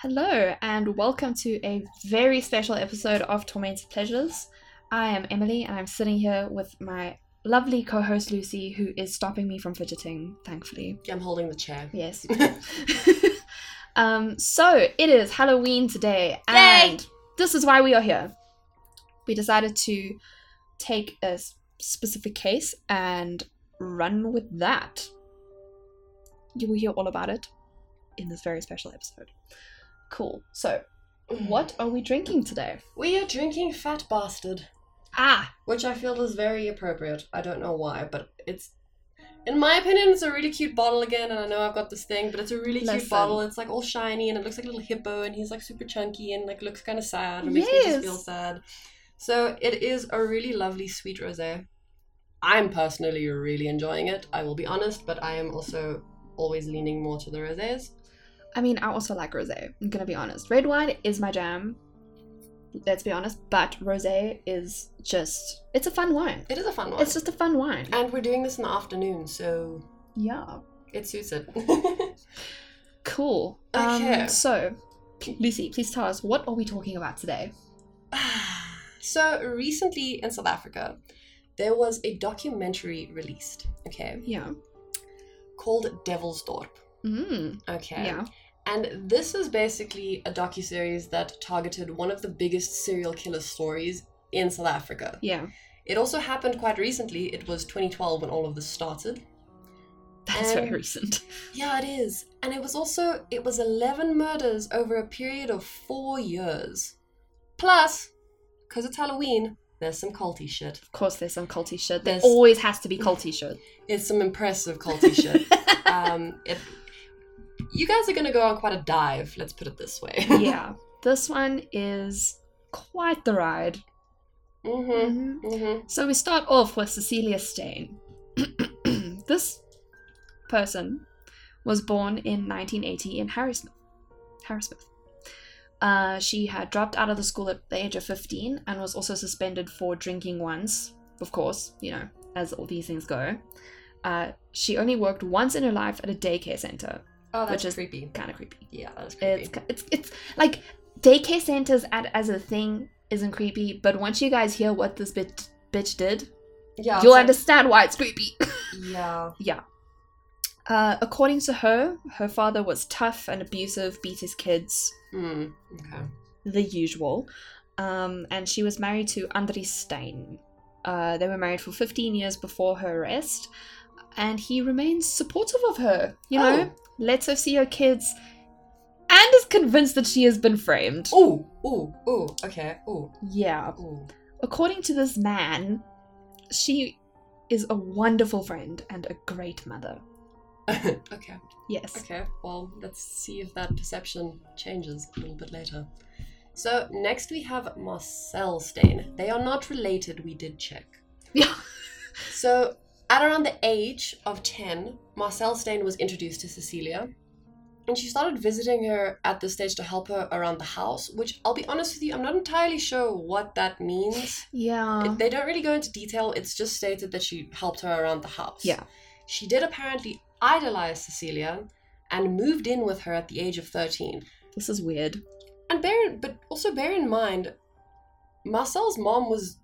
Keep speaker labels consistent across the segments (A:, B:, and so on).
A: Hello, and welcome to a very special episode of Tormented Pleasures. I am Emily, and I'm sitting here with my lovely co host Lucy, who is stopping me from fidgeting, thankfully.
B: I'm holding the chair.
A: Yes. um, so, it is Halloween today, and this is why we are here. We decided to take a s- specific case and run with that. You will hear all about it in this very special episode. Cool. So, what are we drinking today?
B: We are drinking Fat Bastard,
A: Ah,
B: which I feel is very appropriate. I don't know why, but it's. In my opinion, it's a really cute bottle again, and I know I've got this thing, but it's a really
A: Listen.
B: cute bottle. It's like all shiny, and it looks like a little hippo, and he's like super chunky, and like looks kind of sad. It makes me
A: Yes.
B: just feel sad. So it is a really lovely sweet rosé. I'm personally really enjoying it. I will be honest, but I am also always leaning more to the rosés.
A: I mean, I also like rosé. I'm gonna be honest. Red wine is my jam. Let's be honest, but rosé is just—it's a fun wine.
B: It is a fun one,
A: It's just a fun wine.
B: and we're doing this in the afternoon, so
A: Yeah.
B: It suits it.
A: Cool. Um,
B: Okay.
A: So, P- Lucy, please tell us what are we talking about today?
B: so recently in South Africa, there was a documentary released, okay,
A: Yeah.
B: called Devilsdorp.
A: Mm.
B: Okay.
A: Yeah.
B: And this is basically a docuseries that targeted one of the biggest serial killer stories in South Africa.
A: Yeah.
B: It also happened quite recently. It was 2012 when all of this started.
A: That's very
B: Um,
A: recent.
B: Yeah, it is. And it was also it was 11 murders over a period of 4 years. Plus, cuz it's Halloween, there's some culty shit.
A: Of course, there's some culty shit. There
B: there's-
A: always has to be culty shit.
B: It's some impressive culty shit. Um, it, you guys are gonna go on quite a dive. Let's put it this way.
A: yeah. This one is quite the ride.
B: hmm
A: Mhm.
B: hmm
A: So we start off with Cecilia Stain. this person was born in 1980 in Harrismith. Harrismith. Uh, she had dropped out of the school at the age of 15 and was also suspended for drinking once, of course, you know, as all these things go. Uh, she only worked once in her life at a daycare center.
B: Oh, that's
A: Which is-
B: creepy.
A: Kind of creepy.
B: Yeah, that's creepy.
A: It's ki- it's it's like daycare centers ad- as a thing isn't creepy, but once you guys hear what this bitch bitch did,
B: yeah,
A: You'll
B: so-
A: understand why it's creepy.
B: Yeah.
A: Uh, according to her, her father was tough and abusive, beat his kids,
B: Mm, okay.
A: the usual. Um, and she was married to Andries Stein. Uh, they were married for 15 years before her arrest, and he remains supportive of her. You know, lets her see her kids, and is convinced that she has been framed.
B: Ooh, ooh, ooh. Okay. Ooh,
A: Yeah.
B: ooh.
A: According to this man, she is a wonderful friend and a great mother.
B: okay.
A: Yes.
B: Okay. Well, let's see if that perception changes a little bit later. So next we have Marcel Stain. They are not related. We did check.
A: Yeah.
B: So, at around the age of 10, Marcel Stein was introduced to Cecilia. And she started visiting her at this stage to help her around the house, which I'll be honest with you, I'm not entirely sure what that means.
A: Yeah.
B: It- they don't really go into detail, it's just stated that she helped her around the house.
A: Yeah.
B: She did apparently idolize Cecilia and moved in with her at the age of 13.
A: This is weird.
B: And bear, but also bear in mind, Marcel's mom was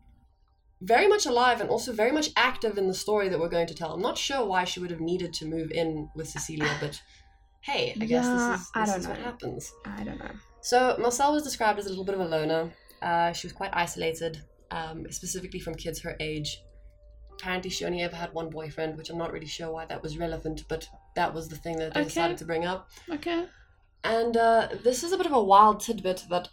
B: very much alive and also very much active in the story that we're going to tell. I'm not sure why she would have needed to move in with Cecilia, but hey, I guess
A: Yeah,
B: this is,
A: I
B: this
A: don't
B: is what
A: know.
B: happens.
A: I don't know.
B: So Marcel was described as a little bit of a loner. Uh, she was quite isolated, um, specifically from kids her age. Apparently, she only ever had one boyfriend, which I'm not really sure why that was relevant, but that was the thing that they
A: Okay.
B: decided to bring up.
A: Okay.
B: And uh, this is a bit of a wild tidbit that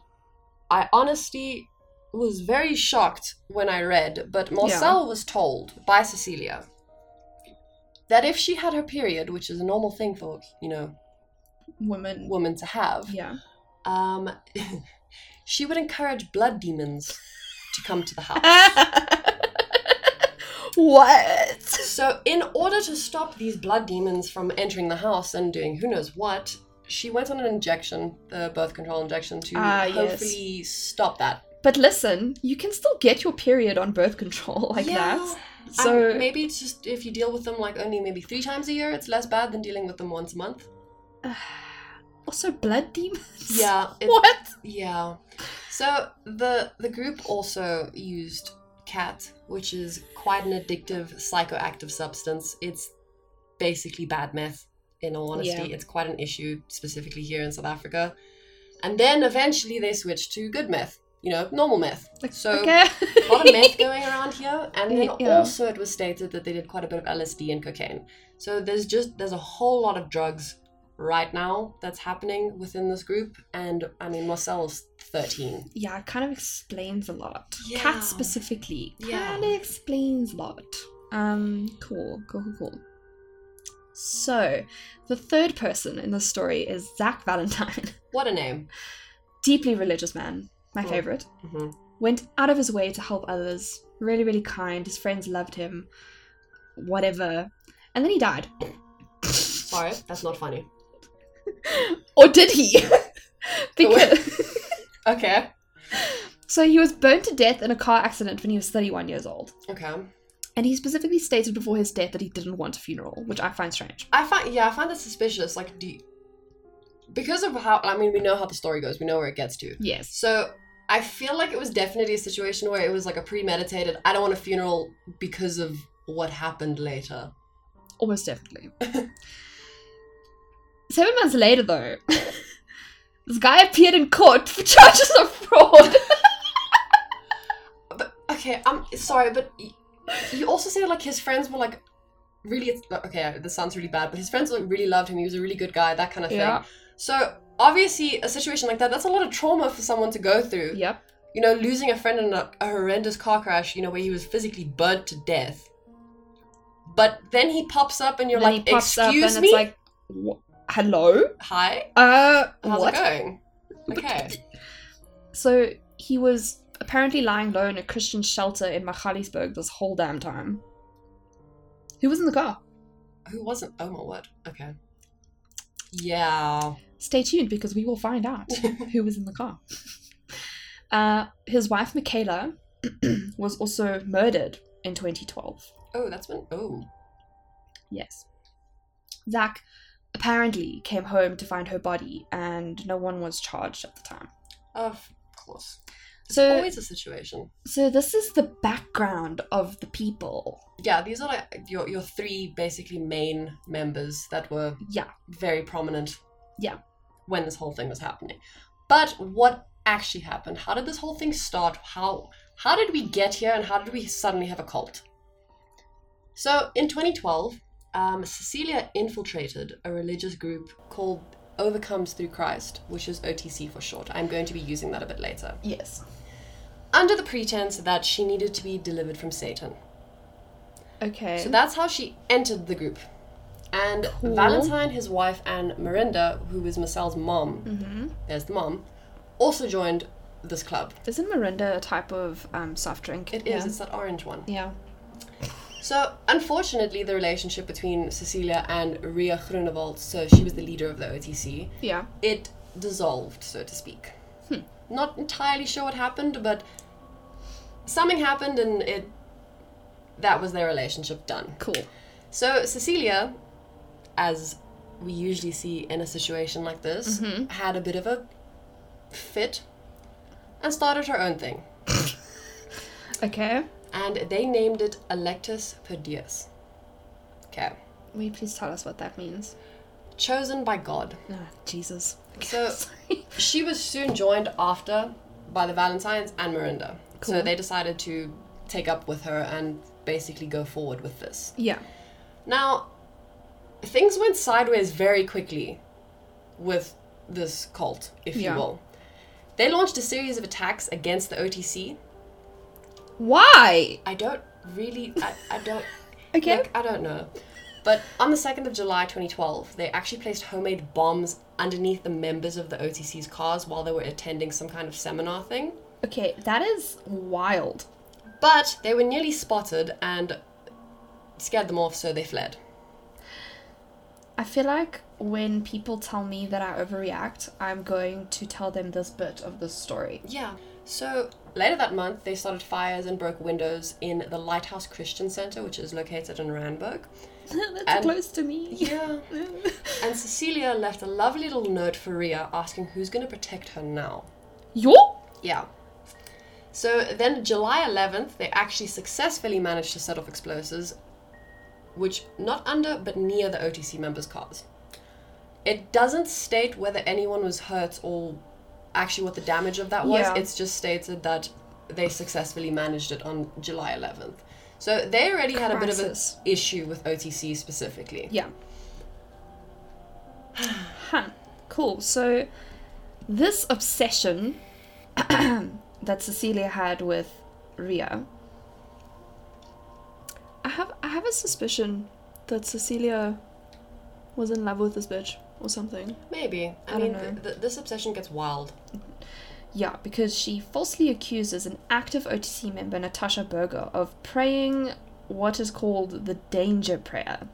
B: I honestly was very shocked when I read, but Marcel was told by Cecilia that if she had her period, which is a normal thing for, you know,
A: Women.
B: women to have,
A: Yeah.
B: um, she would encourage blood demons to come to the house.
A: what?
B: So, in order to stop these blood demons from entering the house and doing who knows what, she went on an injection, the birth control injection, to
A: Ah, yes.
B: hopefully stop that.
A: But listen, you can still get your period on birth control like that. So
B: So maybe it's just if you deal with them like only maybe three times a year, it's less bad than dealing with them once a month.
A: also blood demons?
B: Yeah. it-
A: What?
B: Yeah. So the the group also used cat, which is quite an addictive psychoactive substance. It's basically bad meth. In all honesty,
A: Yeah.
B: it's quite an issue specifically here in South Africa. And then eventually they switched to good meth. You know, normal meth.
A: Like,
B: So
A: okay.
B: a lot of meth going around here, and then
A: Yeah.
B: also it was stated that they did quite a bit of LSD and cocaine. So there's just there's a whole lot of drugs right now that's happening within this group, and I mean Marcel's thirteen.
A: yeah, it kind of explains a lot.
B: Yeah.
A: Cat specifically
B: Yeah.
A: kind of explains a lot. Um, cool, cool, cool, cool. So, the third person in the story is Zach Valentine,
B: What a name!
A: deeply religious man, my
B: Mm.
A: favorite.
B: hmm
A: Went out of his way to help others. Really, really kind. His friends loved him. Whatever. And then he died.
B: Sorry, that's not funny.
A: or did he? because.
B: Okay.
A: So he was burned to death in a car accident when he was 31 years old.
B: Okay.
A: And he specifically stated before his death that he didn't want a funeral, which I find strange.
B: I find yeah, I find that suspicious. Like, do you- because of how I mean, we know how the story goes. We know where it gets to.
A: Yes.
B: So I feel like it was definitely a situation where it was like a premeditated. I don't want a funeral because of what happened later.
A: Almost definitely. Seven months later, though, this guy appeared in court for charges of fraud.
B: But okay, I'm sorry, but y- you also say like his friends were like really it's- like, okay. This sounds really bad, but his friends like really loved him. He was a really good guy, that kind of thing. So obviously, a situation like that that's a lot of trauma for someone to go through.
A: Yep.
B: You know, losing a friend in a, a horrendous car crash. You know, where he was physically burnt to death. But then he pops up, and you're
A: Then
B: like,
A: he pops
B: "Excuse
A: up and it's
B: me,
A: like, "Wha- hello?
B: hi."
A: Uh,
B: How's
A: what?
B: it going? Okay.
A: "Oh." So he was apparently lying low in a Christian shelter in Magaliesburg this whole damn time. Who was in the car?
B: Who wasn't? Oh my word. Okay. Yeah.
A: Stay tuned because we will find out who was in the car. Uh, his wife Michaela was also murdered in 2012.
B: Oh, that's been. Oh.
A: Yes. Zach apparently came home to find her body, and no one was charged at the time.
B: Of course.
A: So,
B: Always a situation.
A: so this is the background of the people.
B: Yeah, these are like your your three basically main members that were
A: Yeah.
B: very prominent.
A: Yeah.
B: When this whole thing was happening, but what actually happened? How did this whole thing start? How how did we get here, and how did we suddenly have a cult? So in 2012, um, Cecilia infiltrated a religious group called Overcomes Through Christ, which is OTC for short. I'm going to be using that a bit later
A: Yes.
B: under the pretense that she needed to be delivered from Satan.
A: Okay.
B: So that's how she entered the group. And
A: Cool.
B: Valentine, his wife, and Miranda, who was Marcel's mom,
A: Mhm.
B: there's the mom, also joined this club.
A: Isn't Mirinda a type of um, soft drink?
B: It is,
A: yeah.
B: it's that orange one.
A: Yeah.
B: So, unfortunately, the relationship between Cecilia and Ria Groenewald, so she was the leader of the OTC,
A: Yeah.
B: it dissolved, so to speak.
A: Hmm.
B: Not entirely sure what happened, but something happened and it that was their relationship done.
A: Cool.
B: So Cecilia, as we usually see in a situation like this, had a bit of a fit and started her own thing.
A: Okay.
B: And they named it Electus Perdius. Okay.
A: Will you please tell us what that means?
B: Chosen by God.
A: Ah, Jesus.
B: So-
A: Sorry.
B: She was soon joined after by the Valentines and Mirinda. So
A: Cool.
B: they decided to take up with her and basically go forward with this.
A: yeah.
B: Now, things went sideways very quickly with this cult, if
A: Yeah.
B: you will. They launched a series of attacks against the OTC.
A: Why?
B: I don't really, I, I don't,
A: Okay.
B: look, I don't know. But on the 2nd of July 2012, they actually placed homemade bombs underneath the members of the OTC's cars while they were attending some kind of seminar thing.
A: Okay, that is wild.
B: But they were nearly spotted and scared them off, so they fled.
A: I feel like when people tell me that I overreact, I'm going to tell them this bit of the story.
B: Yeah. So later that month, they started fires and broke windows in the Lighthouse Christian Center, which is located in Randburg.
A: That's
B: And-
A: close to me.
B: Yeah. and Cecilia left a lovely little note for Ria asking who's going to protect her now.
A: Yo?
B: Yeah. So then July 11th, they actually successfully managed to set off explosives, which not under but near the OTC members' cars. It doesn't state whether anyone was hurt or actually what the damage of that was.
A: Yeah.
B: It's just stated that they successfully managed it on July 11th. So they already had a bit of an
A: Crisis.
B: issue with OTC specifically.
A: Yeah. huh. Cool. So, this obsession that Cecilia had with Ria, I have I have a suspicion that Cecilia was in love with this bitch or something.
B: Maybe. I,
A: don't
B: mean,
A: know.
B: th- th- this obsession gets wild.
A: Yeah, because she falsely accuses an active OTC member, Natasha Berger, of praying what is called the danger prayer.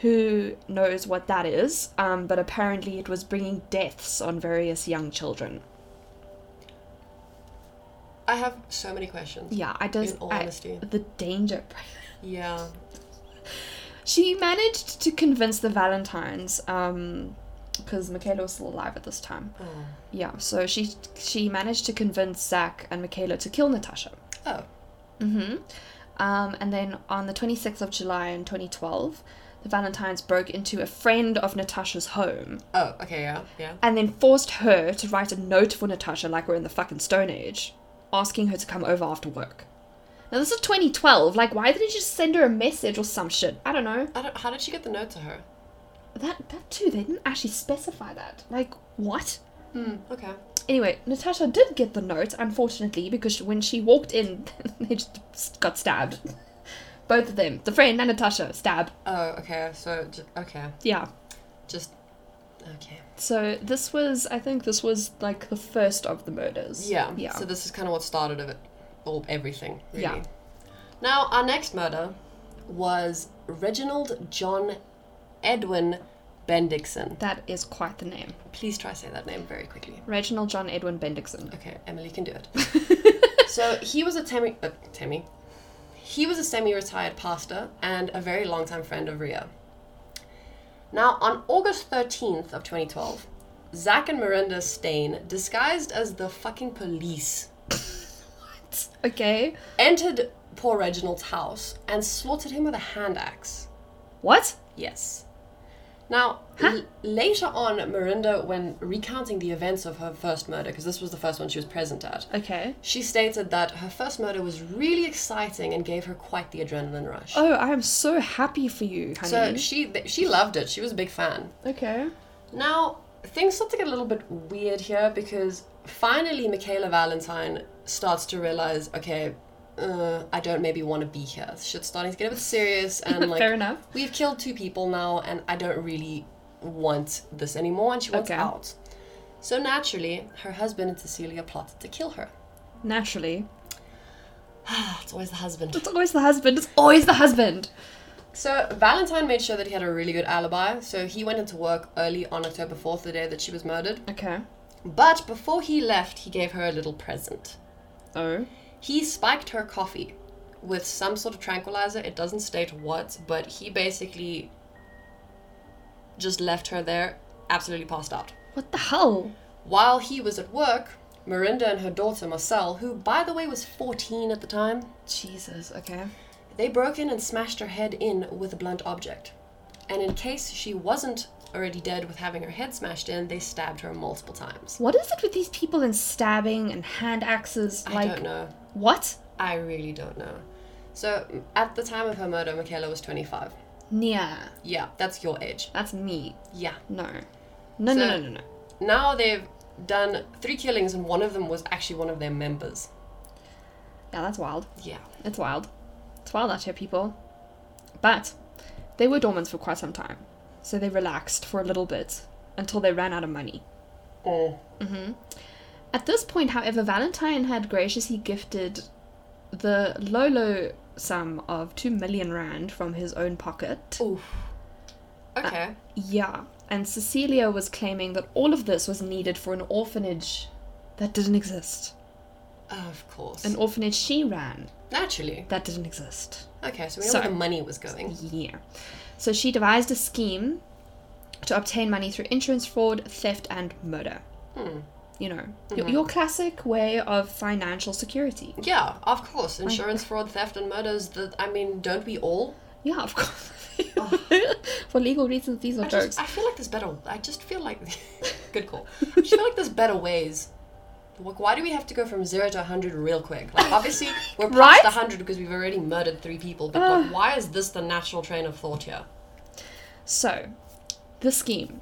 A: Who knows what that is, um, but apparently it was bringing deaths on various young children.
B: I have so many questions.
A: Yeah, I just.
B: In all
A: I-
B: honesty.
A: the danger prayer.
B: Yeah.
A: She managed to convince the Valentines, um, because Michaela was still alive at this time.
B: Oh.
A: Yeah, so she she managed to convince Zach and Michaela to kill Natasha.
B: oh.
A: hmm Um, and then on the 26th of July in 2012, the Valentines broke into a friend of Natasha's home
B: Oh, okay, yeah, yeah.
A: and then forced her to write a note for Natasha, like we're in the fucking Stone Age, asking her to come over after work. Now, this is 2012. Like, why didn't you just send her a message or some shit? I don't know.
B: I don't, how did she get the note to her?
A: That, that too, they didn't actually specify that. Like, what?
B: Hmm. Okay.
A: Anyway, Natasha did get the note, unfortunately, because when she walked in, they just got stabbed. Both of them, the friend and Natasha, stab.
B: Oh, okay. So, j- okay,
A: Yeah.
B: just okay.
A: So this was, I think, this was like the first of the murders.
B: Yeah.
A: Yeah.
B: So this is kind of what started of it, all everything. Really.
A: Yeah.
B: Now our next murder was Reginald John Edwin Bendixson.
A: that is quite the name,
B: Please try say that name very quickly.
A: Reginald John Edwin Bendixson.
B: Okay, Emily can do it. so he was a Temi. Uh, Temi. He was a semi-retired pastor and a very long-time friend of Ria. Now, on August 13th of 2012, Zach and Miranda Stain, disguised as the fucking police,
A: Okay.
B: entered poor Reginald's house and slaughtered him with a hand axe.
A: What?
B: Yes. Now, l- later on, Miranda, when recounting the events of her first murder, because this was the first one she was present at,
A: Okay.
B: She stated that her first murder was really exciting and gave her quite the adrenaline rush.
A: Oh, I am so happy for you,
B: so
A: honey.
B: she th- she loved it. She was a big fan.
A: okay.
B: Now things start to get a little bit weird here because finally Michaela Valentine starts to realize, okay, uh, I don't maybe want to be here. Shit's starting to get a bit serious, and like
A: Fair enough.
B: we've killed two people now, and I don't really want this anymore. And she wants
A: Okay.
B: out. So naturally, her husband and Cecilia plotted to kill her.
A: Naturally,
B: it's always the husband.
A: it's always the husband. It's always the husband.
B: So Valentine made sure that he had a really good alibi, so he went into work early on October 4th, the day that she was murdered.
A: Okay.
B: But before he left, he gave her a little present.
A: Oh.
B: He spiked her coffee with some sort of tranquilizer. It doesn't state what, but he basically just left her there, absolutely passed out.
A: What the hell?
B: While he was at work, Miranda and her daughter Marcel, who by the way was 14 at the time,
A: Jesus. Okay.
B: They broke in and smashed her head in with a blunt object. And in case she wasn't already dead with having her head smashed in, they stabbed her multiple times.
A: What is it with these people and stabbing and hand axes?
B: I
A: Like
B: don't know.
A: what?
B: I really don't know. So, m- at the time of her murder, Michaela was 25.
A: Nia.
B: Yeah, that's your age.
A: That's me.
B: Yeah.
A: No. No,
B: So-
A: no, no, no, no.
B: Now they've done three killings, and one of them was actually one of their members.
A: Yeah, that's wild.
B: Yeah.
A: It's wild. It's wild out here, people. But they were dormant for quite some time, so they relaxed for a little bit until they ran out of money.
B: Oh.
A: At this point, however, Valentine had graciously gifted the Lolo sum of 2 million rand from his own pocket.
B: Oof. Okay.
A: Yeah, and Cecilia was claiming that all of this was needed for an orphanage that didn't exist.
B: of course.
A: An orphanage she ran
B: Naturally.
A: that didn't exist.
B: Okay, so we know
A: So-
B: where the money was going.
A: Yeah. So she devised a scheme to obtain money through insurance fraud, theft, and murder.
B: Hmm.
A: You know, your, your classic way of financial security.
B: Yeah, of course. Insurance fraud, theft, and murders. That I mean, don't we all?
A: Yeah, of course. For legal reasons, these are
B: Oh. I,
A: jokes.
B: just, I feel like there's better. I just feel like good call. I just feel like there's better ways. Like, why do we have to go from zero to hundred real quick? Like, obviously we're past
A: Right?
B: hundred because we've already murdered three people. But like, why is this the natural train of thought here?
A: So, the scheme.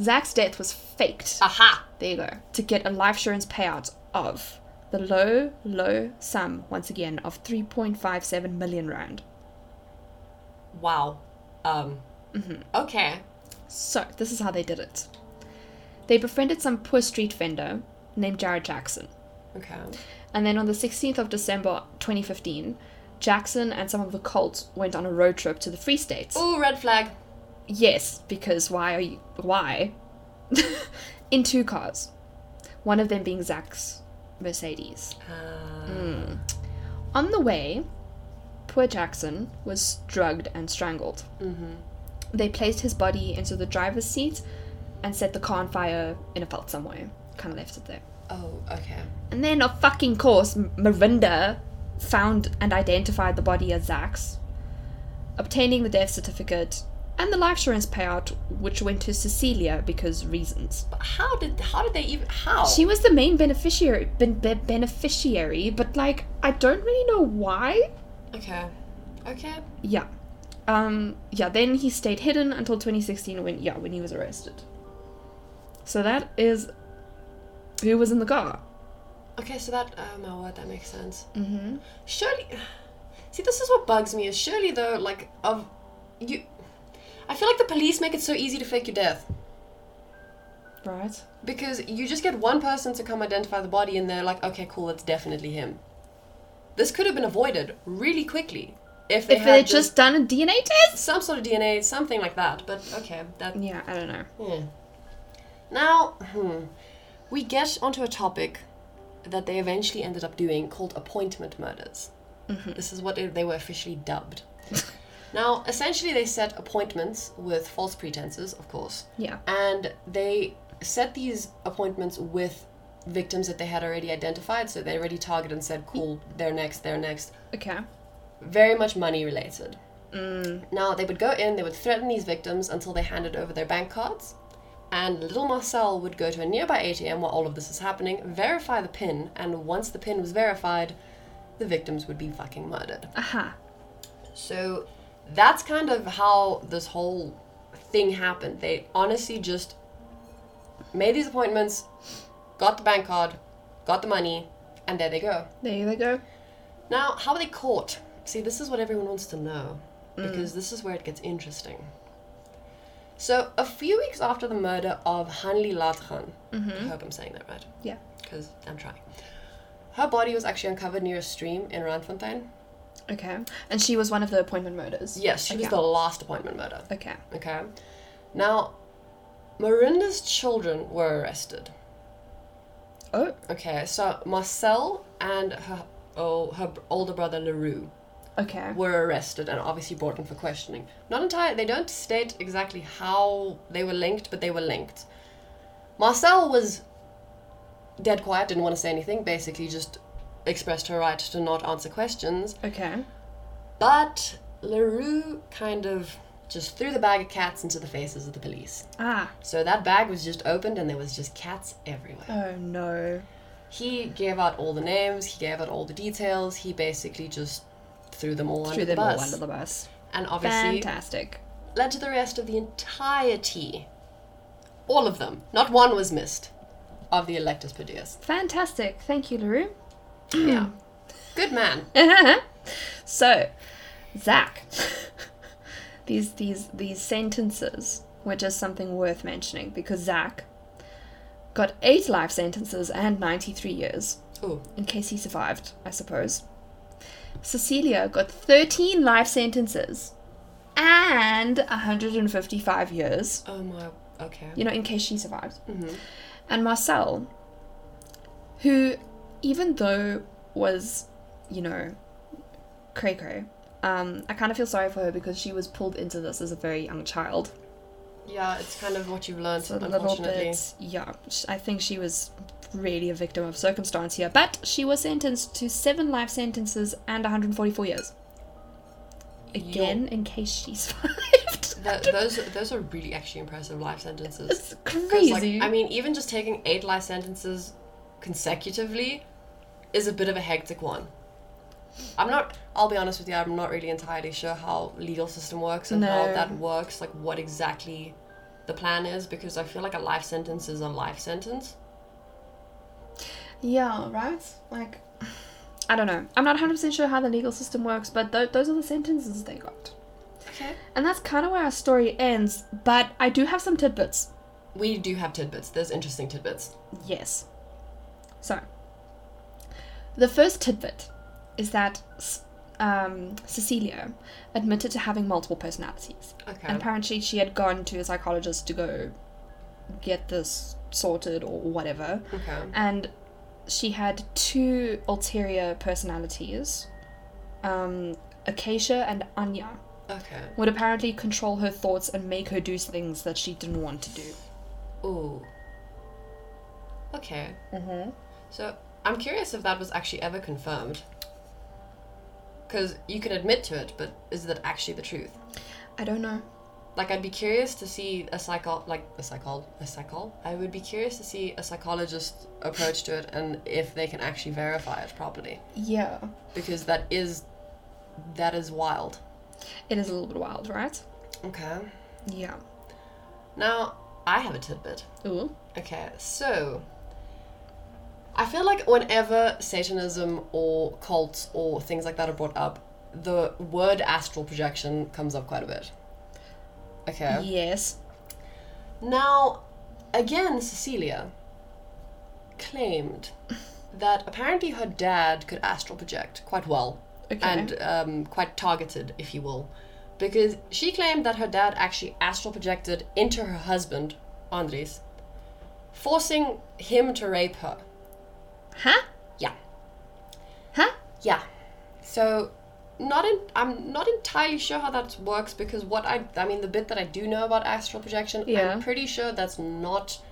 A: Zach's death was faked.
B: Aha!
A: There you go. To get a life insurance payout of the low, low sum, once again, of 3.57 million rand.
B: Wow. Um.
A: Mm-hmm.
B: Okay.
A: So, this is how they did it. They befriended some poor street vendor named Jared Jackson.
B: Okay.
A: And then on the 16th of December 2015, Jackson and some of the cults went on a road trip to the Free States.
B: Ooh, red flag.
A: Yes, because why are you. Why? In two cars. One of them being Zach's Mercedes.
B: Uh,
A: Mm. On the way, poor Jackson was drugged and strangled. They placed his body into the driver's seat and set the car on fire in a felt somewhere. Kind of left it there.
B: Oh. Okay.
A: And then, of fucking course, M- Marinda found and identified the body as Zach's, obtaining the death certificate and the life insurance payout, which went to Cecilia because reasons.
B: But how did how did they even how?
A: She was the main beneficiary, ben- ben- beneficiary, but like, I don't really know why.
B: okay. Okay.
A: Yeah. Um, yeah, then he stayed hidden until 2016 when, yeah, when he was arrested. So that is who was in the car.
B: Okay, so that oh my word, that makes sense.
A: Mm-hmm.
B: Surely, see, this is what bugs me. Is surely though, like of you, I feel like the police make it so easy to fake your death
A: Right.
B: because you just get one person to come identify the body, and they're like, okay, cool, that's definitely him. This could have been avoided really quickly if they
A: if
B: had
A: they'd just done a DNA test?
B: some sort of DNA, something like that. But okay, that
A: Yeah, I don't know.
B: yeah. Hmm. Now, hmm, we get onto a topic that they eventually ended up doing called appointment murders. This is what they were officially dubbed. now, essentially, they set appointments with false pretenses, of course,
A: Yeah.
B: and they set these appointments with victims that they had already identified. So they already targeted and said, cool, they're next, they're next
A: Okay.
B: very much money related. Now, they would go in, they would threaten these victims until they handed over their bank cards, and little Marcel would go to a nearby ATM while all of this is happening, verify the PIN, and once the PIN was verified, the victims would be fucking murdered.
A: Aha.
B: So that's kind of how this whole thing happened. They honestly just made these appointments, got the bank card, got the money, and there they go.
A: There they go.
B: Now, how are they caught? See, this is what everyone wants to know because this is where it gets interesting. So, a few weeks after the murder of Hanli Latran, I hope I'm saying that right
A: Yeah.
B: because I'm trying. Her body was actually uncovered near a stream in Randfontein.
A: Okay. And she was one of the appointment murders.
B: Yes, she was
A: Okay.
B: the last appointment murder.
A: Okay.
B: Okay. Now, Marinda's children were arrested.
A: Oh.
B: Okay, so Marcel and her oh her b- older brother Leroux
A: Okay.
B: were arrested and obviously brought in for questioning. Not entirely, they don't state exactly how they were linked, but they were linked. Marcel was dead quiet, didn't want to say anything, basically just expressed her right to not answer questions.
A: Okay.
B: But LaRue kind of just threw the bag of cats into the faces of the police.
A: Ah.
B: So that bag was just opened and there was just cats everywhere.
A: Oh no.
B: He gave out all the names, he gave out all the details, he basically just threw them all
A: Threw
B: under the
A: them
B: bus.
A: all under the bus.
B: and obviously
A: Fantastic.
B: led to the arrest of the entirety, all of them, not one was missed, of the Electus Pedius.
A: Fantastic. Thank you, Larue. Hmm.
B: yeah. Good man.
A: so, Zach, these these these sentences were just something worth mentioning because Zach got eight life sentences and ninety three years
B: Ooh,
A: in case he survived, I suppose. Cecilia got 13 life sentences and 155 years,
B: Oh my. Okay.
A: you know, in case she survives.
B: Mhm.
A: And Marcel, who, even though was, you know, cray cray, um, I kind of feel sorry for her because she was pulled into this as a very young child.
B: Yeah, it's kind of what you've learned,
A: So a little
B: unfortunately.
A: bit, yeah. sh- I think she was really a victim of circumstance here, but she was sentenced to seven life sentences and 144 years. Again, in case she survived.
B: Th- those those are really actually impressive life sentences.
A: It's
B: 'Cause,
A: crazy.
B: like, I mean, even just taking eight life sentences consecutively is a bit of a hectic one. I'm not. I'll be honest with you. I'm not really entirely sure how legal system works and how
A: No.
B: that works. Like what exactly the plan is, because I feel like a life sentence is a life sentence.
A: yeah, right? Like, I don't know. I'm not 100% sure how the legal system works, but th- those are the sentences they got.
B: Okay.
A: And that's kind of where our story ends, but I do have some tidbits.
B: We do have tidbits. There's interesting tidbits.
A: Yes. So, the first tidbit is that S- um, Cecilia admitted to having multiple personalities.
B: Okay.
A: And apparently, she had gone to a psychologist to go get this sorted or whatever.
B: Okay.
A: And she had two ulterior personalities um, Acacia and Anya
B: Okay.
A: would apparently control her thoughts and make her do things that she didn't want to do.
B: Ooh. Okay.
A: Mm-hmm.
B: So I'm curious if that was actually ever confirmed. Because you can admit to it, but is that actually the truth?
A: I don't know.
B: Like I'd be curious to see a psycho, like a psychol, a psychol. I would be curious to see a psychologist approach to it and if they can actually verify it properly,
A: Yeah.
B: because that is, that is wild.
A: It is a little bit wild, right?
B: Okay.
A: Yeah.
B: Now I have a tidbit.
A: Ooh.
B: Okay, so I feel like whenever Satanism or cults or things like that are brought up, the word astral projection comes up quite a bit. Okay.
A: Yes.
B: Now, again, Cecilia claimed that apparently her dad could astral project quite well
A: Okay.
B: and um, quite targeted, if you will, because she claimed that her dad actually astral projected into her husband, Andres, forcing him to rape her.
A: huh?
B: Yeah.
A: Huh?
B: Yeah. So not in, I'm not entirely sure how that works because what I I mean the bit that I do know about astral projection,
A: Yeah.
B: I'm pretty sure that's not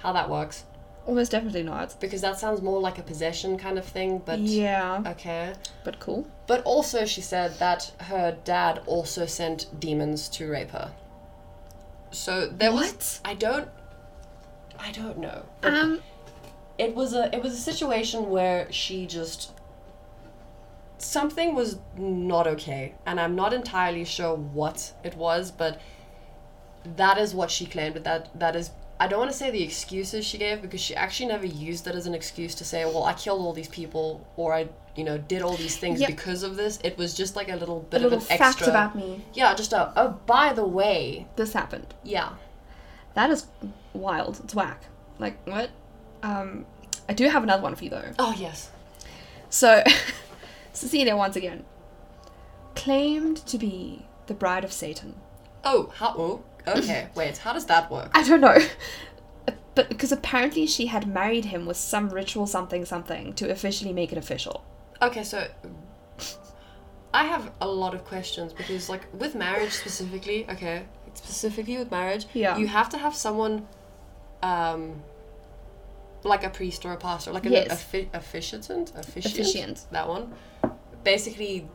B: how that works
A: Almost definitely not.
B: because that sounds more like a possession kind of thing, but
A: yeah.
B: okay.
A: But cool.
B: But also she said that her dad also sent demons to rape her. So there was
A: What?
B: I don't I don't know. But
A: Um.
B: it was a it was a situation where she just something was not okay and i'm not entirely sure what it was but that is what she claimed but that that is i don't want to say the excuses she gave because she actually never used that as an excuse to say well i killed all these people or i you know did all these things
A: Yeah.
B: because of this it was just like a little
A: A
B: bit
A: little
B: of an
A: fact
B: extra
A: about me.
B: yeah just a oh by the way
A: This happened.
B: yeah
A: That is wild. It's whack. Like what? Um. I do have another one for you though.
B: oh yes
A: So, Cecilia once again claimed to be the bride of Satan.
B: oh how oh okay wait how does that work
A: I don't know. But because apparently she had married him with some ritual something something to officially make it official.
B: Okay, so I have a lot of questions because, like, with marriage specifically, okay, specifically with marriage,
A: Yeah.
B: you have to have someone, um, like a priest or a pastor, like an
A: Yes.
B: offi- officiant, officiant,
A: Officiant.
B: that one, basically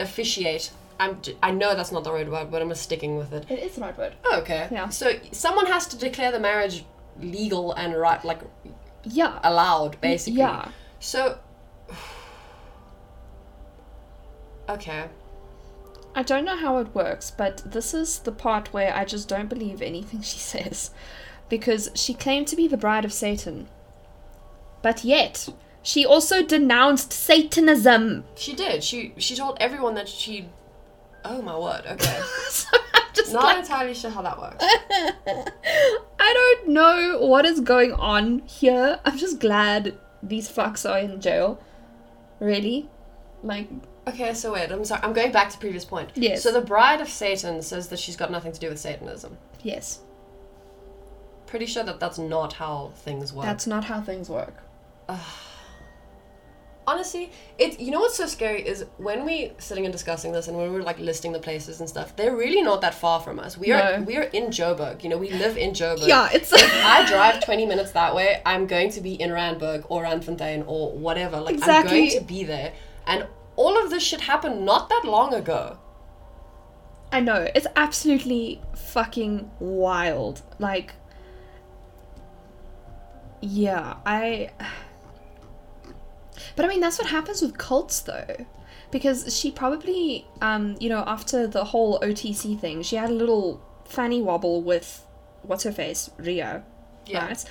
B: officiate. I'm, j- I know that's not the right word, but I'm sticking with it. Oh,
A: It is the right word.
B: okay.
A: Yeah.
B: So someone has to declare the marriage legal and right, like
A: Yeah.
B: allowed, basically.
A: Yeah.
B: So, okay,
A: I don't know how it works, but this is the part where I just don't believe anything she says. Because she claimed to be the bride of Satan. But yet, she also denounced Satanism.
B: she did. She she told everyone that she. Oh my word. Okay,
A: so I'm just
B: not
A: like,
B: entirely sure how that works.
A: I don't know what is going on here. I'm just glad these fucks are in jail. Really? Like,
B: Okay, so wait, I'm sorry. I'm going back to previous point.
A: Yes.
B: So the bride of Satan says that she's got nothing to do with Satanism.
A: yes,
B: Pretty sure that that's not how things work.
A: that's not how things work.
B: Honestly, it you know what's so scary is when we sitting and discussing this and when we're like listing the places and stuff, they're really not that far from us. We are
A: No.
B: we are in Joburg, you know, we live in Joburg.
A: Yeah, it's.
B: I drive 20 minutes that way, I'm going to be in Randburg or Randfontein or whatever. Like, I'm
A: Exactly.
B: going to be there. And all of this shit happened not that long ago.
A: I know. It's absolutely fucking wild. Like Yeah, I But I mean that's what happens with cults though. Because she probably um, you know, after the whole OTC thing, she had a little fanny wobble with what's her face? Rio.
B: Yeah.
A: Right?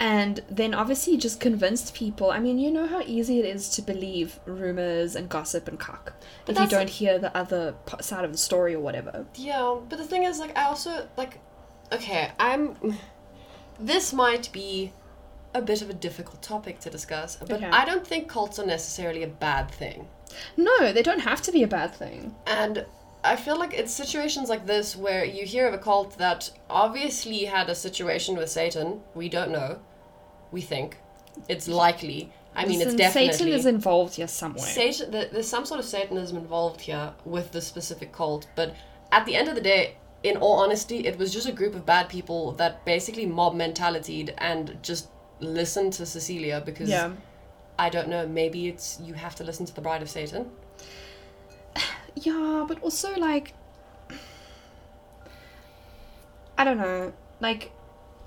A: And then obviously just convinced people. I mean, you know how easy it is to believe rumors and gossip and cock
B: But
A: if you
B: that's-
A: don't hear the other p- side of the story or whatever.
B: Yeah, but the thing is, like, I also, like, okay, I'm. This might be a bit of a difficult topic to discuss, but
A: Okay.
B: I don't think cults are necessarily a bad thing.
A: No, they don't have to be a bad thing.
B: And I feel like it's situations like this where you hear of a cult that obviously had a situation with Satan. We don't know. We think. It's likely. I mean, it's
A: Listen,
B: definitely.
A: Satan is involved here somewhere.
B: Satan, there- there's some sort of Satanism involved here with this specific cult, but at the end of the day, in all honesty, it was just a group of bad people that basically mob mentalitied and just listened to Cecilia because
A: yeah,
B: I don't know, maybe it's you have to listen to the Bride of Satan.
A: yeah, but also like, I don't know, like,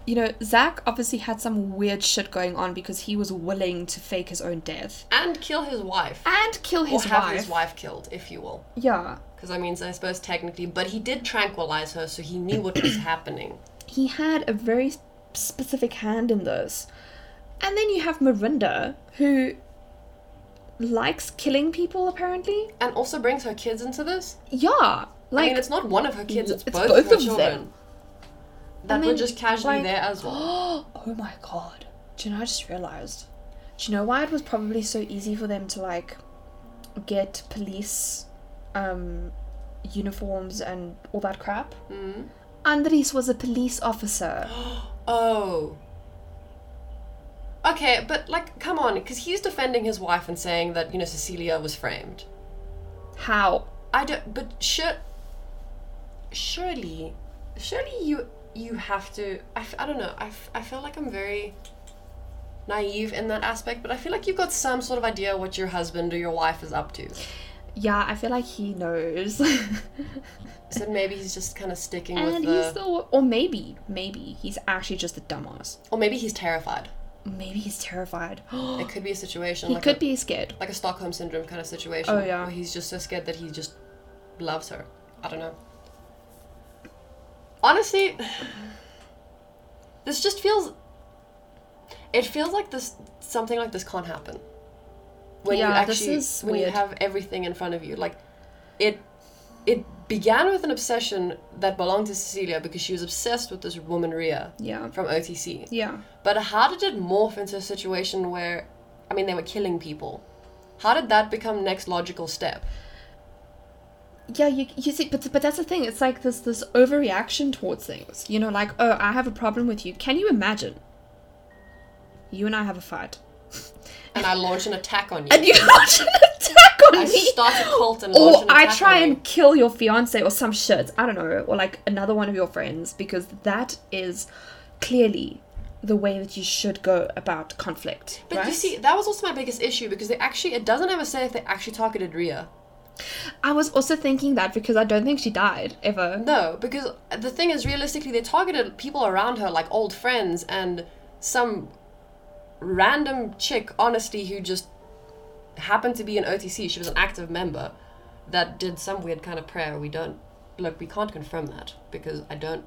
A: you know, Zach obviously had some weird shit going on because he was willing to fake his own death
B: And kill his wife.
A: and kill his
B: or have
A: wife.
B: his wife killed, if you will.
A: Yeah,
B: Because I mean, I suppose technically, but he did tranquilize her, so he knew what was happening.
A: he had a very specific hand in this. And then you have Mirinda, who likes killing people apparently.
B: And also brings her kids into this.
A: Yeah,
B: I
A: like
B: mean, it's not one of her kids; it's,
A: it's
B: both,
A: both
B: of her
A: of
B: children.
A: them.
B: That
A: And
B: were
A: then,
B: just casually
A: like-
B: there as well.
A: Oh, oh my god. Do you know, I just realized. Do you know why it was probably so easy for them to, like, get police um, uniforms and all that crap?
B: Mhm.
A: Andres was a police officer.
B: Oh. Okay, but like, come on, because he's defending his wife and saying that you know Cecilia was framed.
A: How?
B: I don't. But sure, surely, surely you you have to. I, f- I don't know. I, f- I feel like I'm very naive in that aspect, but I feel like you've got some sort of idea what your husband or your wife is up to.
A: Yeah, I feel like he knows.
B: So maybe he's just kind of sticking with
A: and
B: the,
A: he's the. Or maybe, maybe he's actually just a dumbass.
B: or maybe he's terrified.
A: Maybe he's terrified.
B: It could be a situation
A: he
B: like
A: could
B: a,
A: be scared.
B: like a Stockholm syndrome kind of situation.
A: Oh, yeah.
B: Where he's just so scared that he just loves her. I don't know. Honestly, this just feels. It feels like this something like this can't happen. When you
A: Yeah, this
B: actually
A: is
B: when you
A: weird.
B: have everything in front of you, like it. It began with an obsession that belonged to Cecilia because she was obsessed with this woman Ria
A: Yeah.
B: from OTC.
A: Yeah.
B: But how did it morph into a situation where, I mean, they were killing people? How did that become next logical step?
A: yeah you, you see but, but that's the thing it's like this this overreaction towards things you know like oh i have a problem with you can you imagine you and i have a fight
B: And I launch an attack on you.
A: and you launch an attack on
B: I
A: me
B: start a cult and launch
A: or
B: an
A: i
B: attack
A: try
B: on
A: and
B: you.
A: kill your fiance or some shit i don't know or like another one of your friends because that is clearly the way that you should go about conflict
B: But you
A: right?
B: see, that was also my biggest issue because they actually it doesn't ever say if they actually targeted Ria.
A: i was also thinking that because i don't think she died ever
B: No, because the thing is, realistically, they targeted people around her, like old friends and some random chick, honestly, who just happened to be an OTC. She was an active member that did some weird kind of prayer. We don't look. We can't confirm that because I don't.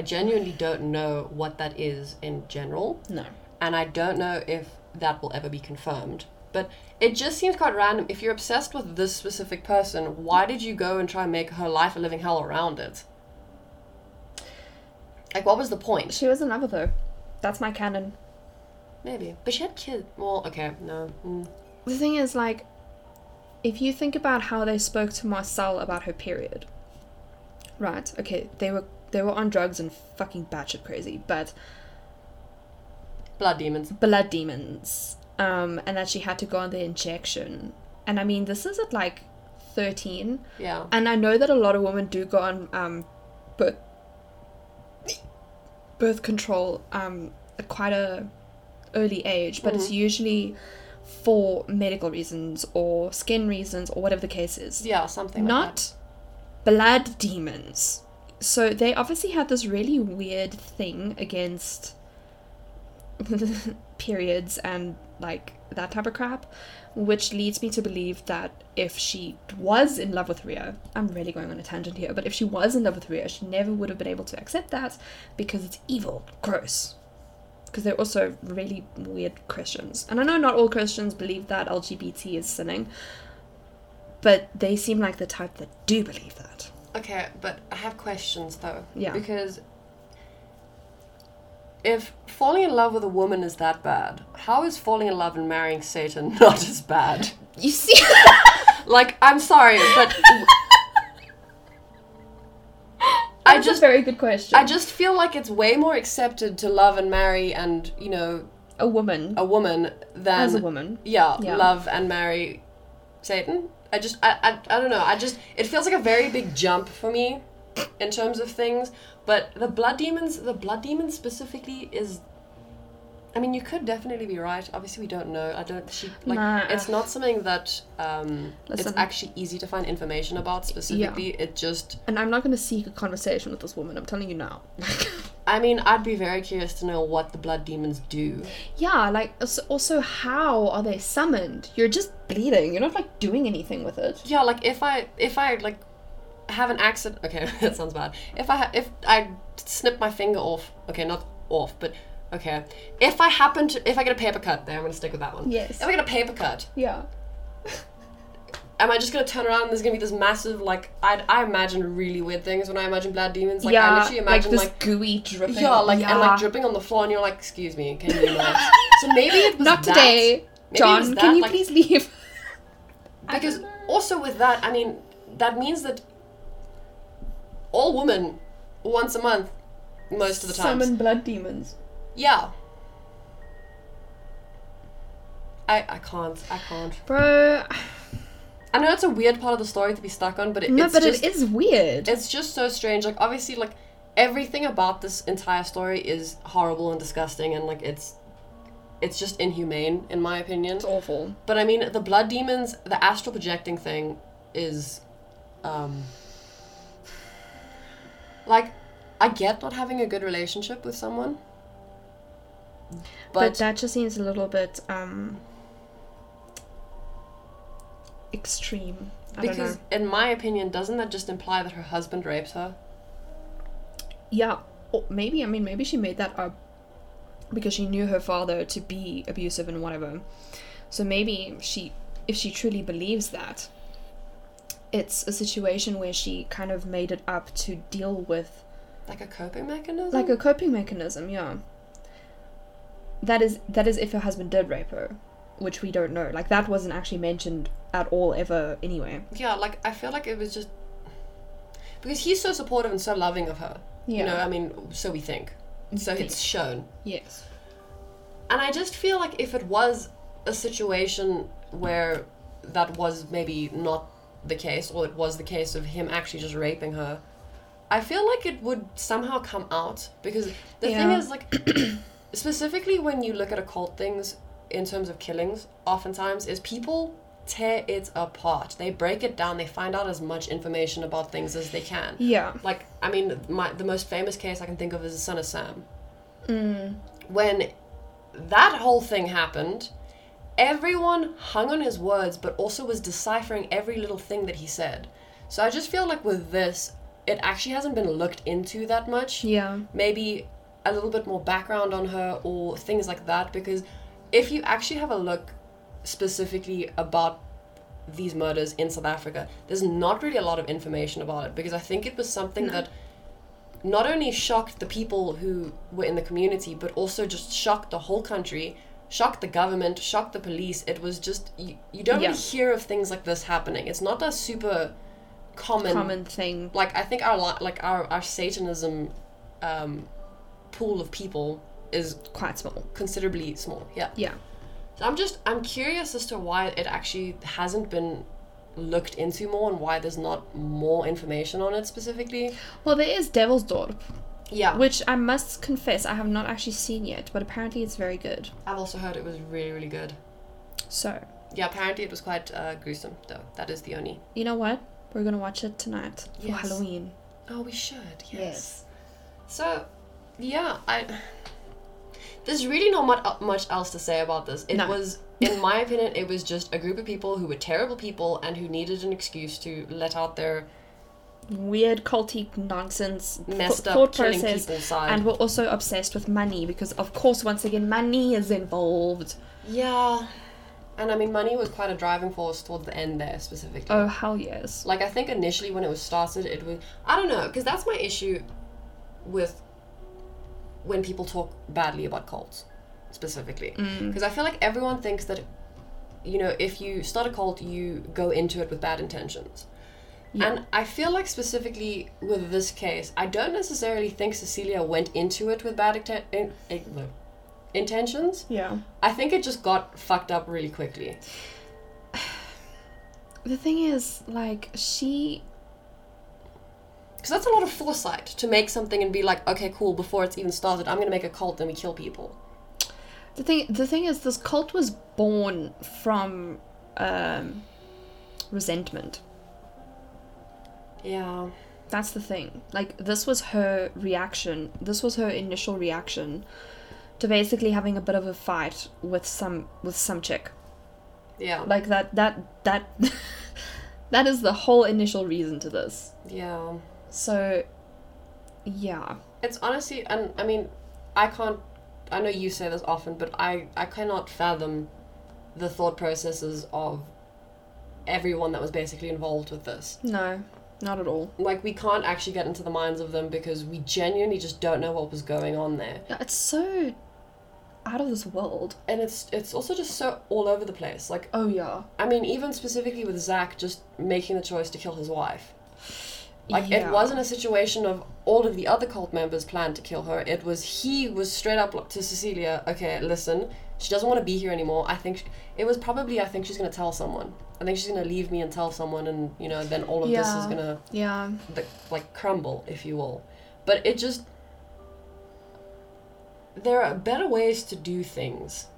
B: I genuinely don't know what that is in general
A: no
B: and I don't know if that will ever be confirmed. But it just seems quite random. If you're obsessed with this specific person, why did you go and try and make her life a living hell around it? Like, what was the point?
A: she was in love with her that's my canon
B: Maybe. But she had kids. Well, okay, no. Mm.
A: the thing is like if you think about how they spoke to Marcel about her period, right? Okay, they were they were on drugs and fucking batshit crazy, but
B: Blood demons.
A: blood demons, um, and that she had to go on the injection. And I mean, this is at like thirteen,
B: Yeah.
A: and I know that a lot of women do go on um, birth birth control um, at quite a early age, but it's usually for medical reasons or skin reasons or whatever the case is
B: Yeah, something like that.
A: not blood demons. So they obviously had this really weird thing against periods and like that type of crap, which leads me to believe that if she was in love with Rio, I'm really going on a tangent here, but if she was in love with Rio, she never would have been able to accept that because it's evil, gross. Because they're also really weird Christians. And I know not all Christians believe that LGBT is sinning, but they seem like the type that do believe that.
B: Okay, but I have questions though.
A: Yeah.
B: Because if falling in love with a woman is that bad, how is falling in love and marrying Satan not as bad?
A: You see,
B: Like, I'm sorry, but I
A: I just
B: just
A: very good question.
B: I just feel like it's way more accepted to love and marry and, you know,
A: a woman
B: a woman than
A: as a woman.
B: Yeah,
A: Yeah.
B: love and marry Satan. I just, I, I, I don't know. I just, it feels like a very big jump for me in terms of things. But the blood demons, the blood demons specifically is. I mean, you could definitely be right. Obviously, we don't know. I don't. She like
A: Nah.
B: it's not something that um, it's
A: Listen.
B: actually easy to find information about specifically. It just.
A: And I'm not going to seek a conversation with this woman. I'm telling you now.
B: I mean, I'd be very curious to know what the blood demons do.
A: yeah, like also- also, how are they summoned? You're just bleeding. You're not like doing anything with it.
B: Yeah, like if I if I like have an accident. Okay, that sounds bad. If I ha- if I snip my finger off. Okay, not off, but okay. If I happen to if I get a paper cut, there I'm gonna stick with that one.
A: Yes.
B: If I get a paper cut,
A: Yeah.
B: am I just gonna turn around and there's gonna be this massive like I I imagine really weird things when I imagine blood demons. Like I
A: yeah.
B: literally imagine
A: like
B: like.
A: this gooey dripping.
B: yeah, like and like
A: Yeah.
B: dripping on the floor, and you're like, "Excuse me, can you?" Not? so maybe it was
A: Not
B: that.
A: today,
B: Maybe it
A: John.
B: was that,
A: can you
B: like-
A: please leave?
B: Because
A: don't know.
B: also with that, I mean, that means that all women once a month, most of the time.
A: Summon blood demons.
B: Yeah. I, I can't. I can't.
A: Bro,
B: I know it's a weird part of the story to be stuck on, but it,
A: no,
B: it's
A: but
B: just
A: it is weird.
B: it's just so strange. Like obviously, like everything about this entire story is horrible and disgusting, and like it's it's just inhumane in my opinion.
A: It's awful.
B: But I mean, the blood demons, the astral projecting thing is, um, like, I get not having a good relationship with someone,
A: but,
B: but,
A: that just seems a little bit um extreme I don't
B: because
A: know.
B: in my opinion, doesn't that just imply that her husband raped her?
A: yeah or maybe i mean maybe she made that up because she knew her father to be abusive and whatever so maybe she if she truly believes that it's a situation where she kind of made it up to deal with
B: Like a coping mechanism?
A: like a coping mechanism yeah that is that is if her husband did rape her which we don't know like that wasn't actually mentioned at all ever anyway
B: yeah, like I feel like it was just because he's so supportive and so loving of her. You know, I mean, so we think. So
A: Think.
B: it's shown.
A: Yes.
B: And I just feel like if it was a situation where that was maybe not the case, or it was the case of him actually just raping her, I feel like it would somehow come out. Because the thing
A: Yeah.
B: is, like, specifically when you look at occult things in terms of killings, oftentimes, is people tear it apart. They break it down, they find out as much information about things as they can.
A: Yeah.
B: Like, I mean, my, the most famous case I can think of is the son of Sam. When that whole thing happened, everyone hung on his words, but also was deciphering every little thing that he said. So I just feel like with this, it actually hasn't been looked into that much.
A: Yeah.
B: Maybe a little bit more background on her or things like that, because if you actually have a look specifically about these murders in South Africa, there's not really a lot of information about it because I think it was something that not only shocked the people who were in the community, but also just shocked the whole country shocked the government, shocked the police. It was just you, you don't
A: Yeah.
B: really hear of things like this happening. It's not a super common,
A: common thing.
B: like I think our li- like our our Satanism um, pool of people is
A: Quite small.
B: considerably small. Yeah.
A: Yeah.
B: So I'm just I'm curious as to why it actually hasn't been looked into more and why there's not more information on it specifically.
A: Well, there is Devilsdorp,
B: Yeah.
A: which I must confess I have not actually seen yet, but apparently it's very good.
B: I've also heard it was really really good.
A: So,
B: Yeah, apparently it was quite uh, gruesome though. That is the only.
A: you know what? We're gonna watch it tonight for
B: Yes.
A: Halloween.
B: Oh, we should. Yes. So, yeah, I there's really not much, much else to say about this. It
A: No.
B: was in my opinion it was just a group of people who were terrible people and who needed an excuse to let out their
A: Weird culty nonsense, th-
B: messed up
A: thought
B: killing
A: process,
B: people side.
A: and we're also obsessed with money because, of course, once again, money is involved.
B: Yeah. And I mean, money was quite a driving force towards the end there specifically.
A: Oh hell yes!
B: Like, I think initially when it was started, it was. I don't know, because that's my issue with when people talk badly about cults specifically. Because I feel like everyone thinks that, you know, if you start a cult, you go into it with bad intentions.
A: Yeah.
B: And I feel like specifically with this case, I don't necessarily think Cecilia went into it with bad inten- in- in- intentions.
A: Yeah.
B: I think it just got fucked up really quickly.
A: The thing is, like, she
B: Because that's a lot of foresight to make something and be like, okay, cool, before it's even started, I'm going to make a cult and we kill people.
A: The thing, the thing is, this cult was born from um, resentment.
B: Yeah.
A: That's the thing. Like, this was her reaction. This was her initial reaction to basically having a bit of a fight with some with some chick.
B: Yeah.
A: Like that that that that is the whole initial reason to this.
B: Yeah.
A: So, yeah,
B: It's honestly, and I mean, I can't, I know you say this often, but I, I cannot fathom the thought processes of everyone that was basically involved with this.
A: no, not at all.
B: Like, we can't actually get into the minds of them because we genuinely just don't know what was going on there.
A: It's so out of this world.
B: And it's it's also just so all over the place. Like,
A: Oh yeah.
B: I mean, even specifically with Zach just making the choice to kill his wife. Like,
A: Yeah.
B: it wasn't a situation of all of the other cult members planned to kill her. It was he was straight up like, to Cecilia, okay, listen, she doesn't want to be here anymore. I think, sh it was probably, I think she's going to tell someone. I think she's going to leave me and tell someone, and, you know, then all of this is
A: Yeah.
B: going to,
A: Yeah.
B: like, crumble, if you will. But it just. There are better ways to do things.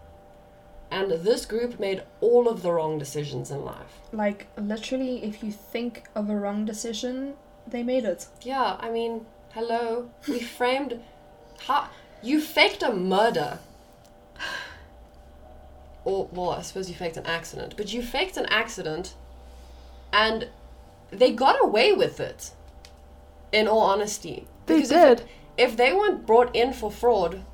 B: And this group made all of the wrong decisions in life.
A: like literally if you think of a wrong decision they made it
B: Yeah, I mean, hello. We framed. How, you faked a murder. Or, well, I suppose you faked an accident. But you faked an accident, and they got away with it, in all honesty.
A: They
B: if it-
A: did.
B: If, they weren't brought in for fraud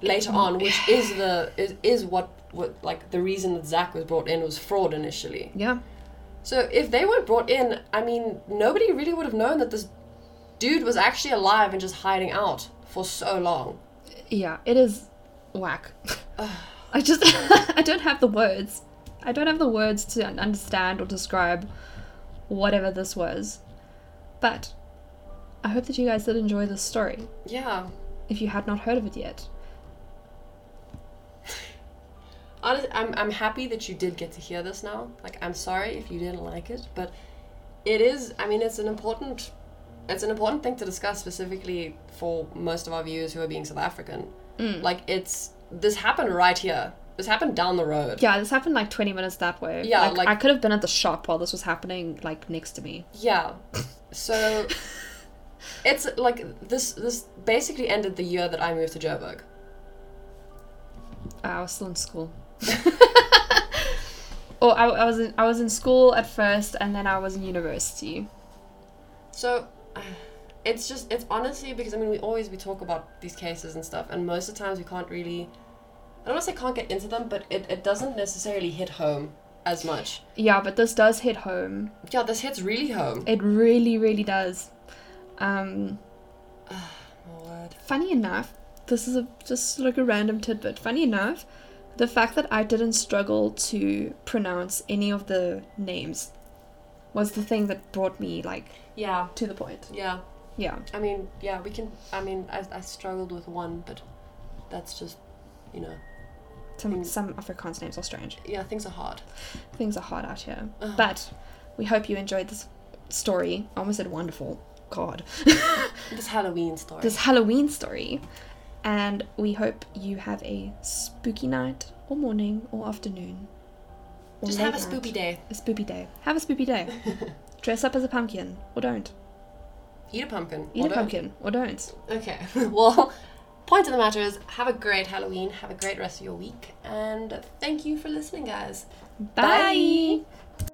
B: later on, which is the is, is what, what like the reason that Zach was brought in was fraud initially.
A: yeah
B: So if they weren't brought in, I mean, nobody really would have known that this dude was actually alive and just hiding out for so long.
A: yeah it is whack i just i don't have the words i don't have the words to un- understand or describe whatever this was but i hope that you guys did enjoy this story
B: Yeah.
A: if you had not heard of it yet
B: Honest, I'm, I'm happy that you did get to hear this now. Like, I'm sorry if you didn't like it, but it is, I mean, it's an important, it's an important thing to discuss specifically for most of our viewers who are being South African. Like, it's, this happened right here. This happened down the road.
A: yeah this happened like 20 minutes that way
B: Yeah,
A: like
B: like-
A: i could have been at the shop while this was happening like next to me
B: Yeah. So it's like this this basically ended the year that I moved to Joburg.
A: Uh, I was still in school. or I, I was in I was in school at first, and then I was in university.
B: So uh, it's just it's honestly because I mean we always we talk about these cases and stuff and most of the times we can't really I don't want to say can't get into them, but it, it doesn't necessarily hit home as much.
A: Yeah, but this does hit home.
B: Yeah, this hits really home.
A: It really, really does. Um,
B: Oh, word.
A: funny enough, this is a, just like a random tidbit. Funny enough, the fact that I didn't struggle to pronounce any of the names was the thing that brought me like
B: Yeah.
A: to the point.
B: Yeah.
A: Yeah.
B: I mean, yeah, we can. I mean, I, I struggled with one, but that's just, you know,
A: Some
B: Mm.
A: some Afrikaans names are strange.
B: yeah, things are hard.
A: Things are hard out here.
B: Ugh.
A: But we hope you enjoyed this story. I almost said wonderful. God.
B: This Halloween story.
A: this Halloween story. And we hope you have a spooky night or morning or afternoon. or
B: just
A: late
B: have a
A: night.
B: spoopy day.
A: A spoopy day. Have a spoopy day. Dress up as a pumpkin or don't.
B: Eat a pumpkin.
A: Eat
B: or
A: a
B: don't.
A: pumpkin or don't.
B: Okay. well, point of the matter is, have a great Halloween. Have a great rest of your week, and thank you for listening, guys.
A: Bye.